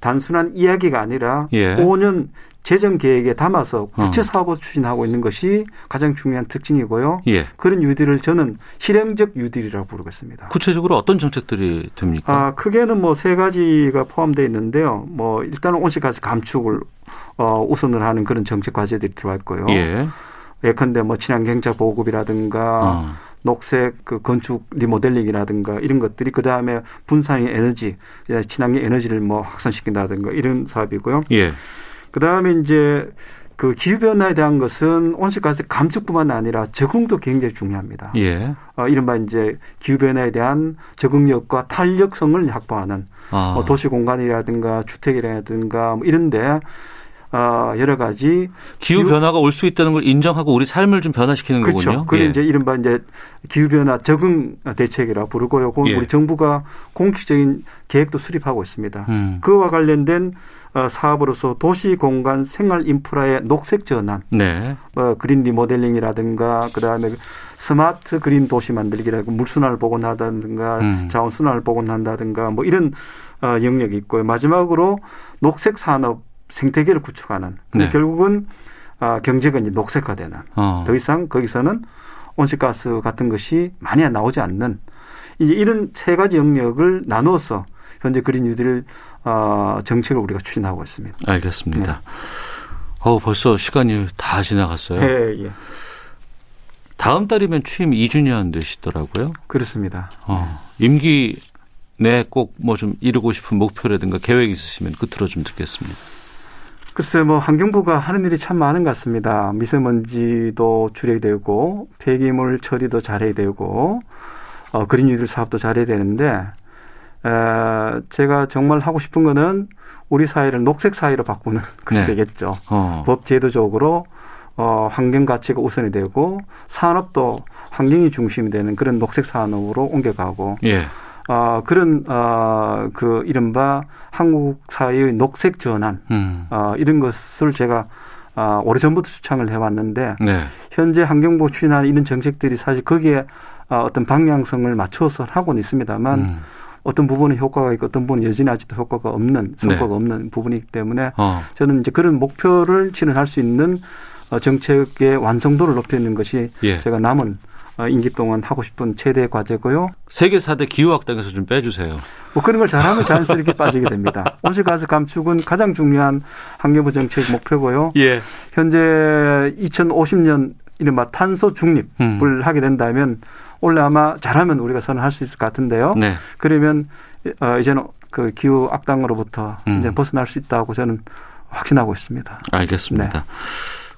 Speaker 3: 단순한 이야기가 아니라
Speaker 2: 예.
Speaker 3: 5년 재정 계획에 담아서 구체
Speaker 2: 어.
Speaker 3: 사업을 추진하고 있는 것이 가장 중요한 특징이고요.
Speaker 2: 예.
Speaker 3: 그런 뉴딜을 저는 실행적 뉴딜이라고 부르고 있습니다.
Speaker 2: 구체적으로 어떤 정책들이 됩니까?
Speaker 3: 아, 크게는 뭐 세 가지가 포함되어 있는데요. 뭐 일단은 온실가스 감축을 어, 우선을 하는 그런 정책 과제들이 들어와 있고요.
Speaker 2: 예.
Speaker 3: 예. 컨대뭐 친환경차 보급이라든가
Speaker 2: 어.
Speaker 3: 녹색 그 건축 리모델링이라든가 이런 것들이 그 다음에 분산의 에너지, 예, 친환경 에너지를 뭐 확산시킨다든가 이런 사업이고요.
Speaker 2: 예.
Speaker 3: 그 다음에 이제 그 기후변화에 대한 것은 온실가스 감축뿐만 아니라 적응도 굉장히 중요합니다.
Speaker 2: 예.
Speaker 3: 어, 이른바 이제 기후변화에 대한 적응력과 탄력성을 확보하는
Speaker 2: 아.
Speaker 3: 뭐 도시 공간이라든가 주택이라든가 뭐 이런데 어, 여러 가지
Speaker 2: 기후 변화가 올 수 있다는 걸 인정하고 우리 삶을 좀 변화시키는
Speaker 3: 그렇죠.
Speaker 2: 거군요.
Speaker 3: 그게
Speaker 2: 예.
Speaker 3: 이제 이른바 이제 기후변화 적응 대책이라 부르고요. 그건
Speaker 2: 예.
Speaker 3: 우리 정부가 공식적인 계획도 수립하고 있습니다.
Speaker 2: 음.
Speaker 3: 그와 관련된 어, 사업으로서 도시 공간 생활 인프라의 녹색 전환,
Speaker 2: 네.
Speaker 3: 어, 그린 리모델링이라든가 그다음에 스마트 그린 도시 만들기라고 물순환을 복원하다든가
Speaker 2: 음.
Speaker 3: 자원순환을 복원한다든가 뭐 이런 어, 영역이 있고요. 마지막으로 녹색 산업 생태계를 구축하는
Speaker 2: 네.
Speaker 3: 결국은 어, 경제가 이제 녹색화되는
Speaker 2: 어.
Speaker 3: 더 이상 거기서는 온실가스 같은 것이 많이 나오지 않는 이제 이런 세 가지 영역을 나눠서 현재 그린 뉴딜 어, 정책을 우리가 추진하고 있습니다.
Speaker 2: 알겠습니다. 어우, 벌써 시간이 다 지나갔어요.
Speaker 3: 예, 예.
Speaker 2: 다음 달이면 취임 2주년 되시더라고요.
Speaker 3: 그렇습니다.
Speaker 2: 어, 임기 내 꼭 뭐 좀 이루고 싶은 목표라든가 계획 있으시면 끝으로 좀 듣겠습니다.
Speaker 3: 글쎄 뭐 환경부가 하는 일이 참 많은 것 같습니다. 미세먼지도 줄여야 되고 폐기물 처리도 잘해야 되고 어, 그린 뉴딜 사업도 잘해야 되는데 에, 제가 정말 하고 싶은 거는 우리 사회를 녹색 사회로 바꾸는 것이
Speaker 2: 네.
Speaker 3: 되겠죠.
Speaker 2: 어.
Speaker 3: 법 제도적으로 어, 환경 가치가 우선이 되고 산업도 환경이 중심이 되는 그런 녹색 산업으로 옮겨가고
Speaker 2: 예.
Speaker 3: 어, 그런 어, 그 이른바 한국 사회의 녹색 전환
Speaker 2: 음.
Speaker 3: 어, 이런 것을 제가 아, 오래전부터 추창을 해왔는데
Speaker 2: 네.
Speaker 3: 현재 환경부 추진하는 이런 정책들이 사실 거기에 어, 어떤 방향성을 맞춰서 하고는 있습니다만
Speaker 2: 음.
Speaker 3: 어떤 부분은 효과가 있고 어떤 부분은 여전히 아직도 효과가 없는 성과가
Speaker 2: 네.
Speaker 3: 없는 부분이기 때문에
Speaker 2: 어.
Speaker 3: 저는 이제 그런 목표를 실현할 수 있는 어, 정책의 완성도를 높이는 것이
Speaker 2: 예.
Speaker 3: 제가 남은 어, 임기 동안 하고 싶은 최대 과제고요.
Speaker 2: 세계 4대 기후학당에서 좀 빼주세요.
Speaker 3: 뭐 그런 걸 잘하면 자연스럽게 빠지게 됩니다. 온실가스 감축은 가장 중요한 환경부 정책 목표고요.
Speaker 2: 예.
Speaker 3: 현재 2050년 이른바 탄소 중립을
Speaker 2: 음.
Speaker 3: 하게 된다면 원래 아마 잘하면 우리가 선언할 수 있을 것 같은데요.
Speaker 2: 네.
Speaker 3: 그러면 어, 이제는 그 기후 악당으로부터
Speaker 2: 음.
Speaker 3: 이제 벗어날 수 있다고 저는 확신하고 있습니다.
Speaker 2: 알겠습니다.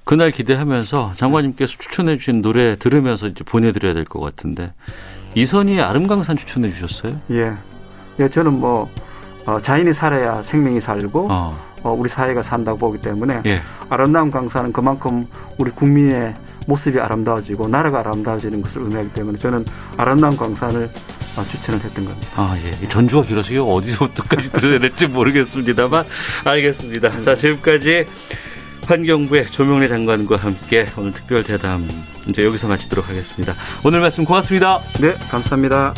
Speaker 2: 그날 기대하면서 장관님께서 추천해 주신 노래 들으면서 이제 보내드려야 될 것 같은데 이선희의 아름강산 추천해 주셨어요?
Speaker 3: 예. 예, 저는 뭐, 어, 자인이 살아야 생명이 살고, 어.
Speaker 2: 어,
Speaker 3: 우리 사회가 산다고 보기 때문에,
Speaker 2: 예,
Speaker 3: 아름다운 강사는 그만큼 우리 국민의 모습이 아름다워지고, 나라가 아름다워지는 것을 의미하기 때문에, 저는 아름다운 강사를 어, 추천을 했던 겁니다.
Speaker 2: 아 예, 이 전주가 길어서 이거 어디서부터까지 들어야 될지 모르겠습니다만 알겠습니다. 자 지금까지 환경부의 조명래 장관과 함께 오늘 특별 대담 이제 여기서 마치도록 하겠습니다. 오늘 말씀 고맙습니다.
Speaker 3: 네, 감사합니다.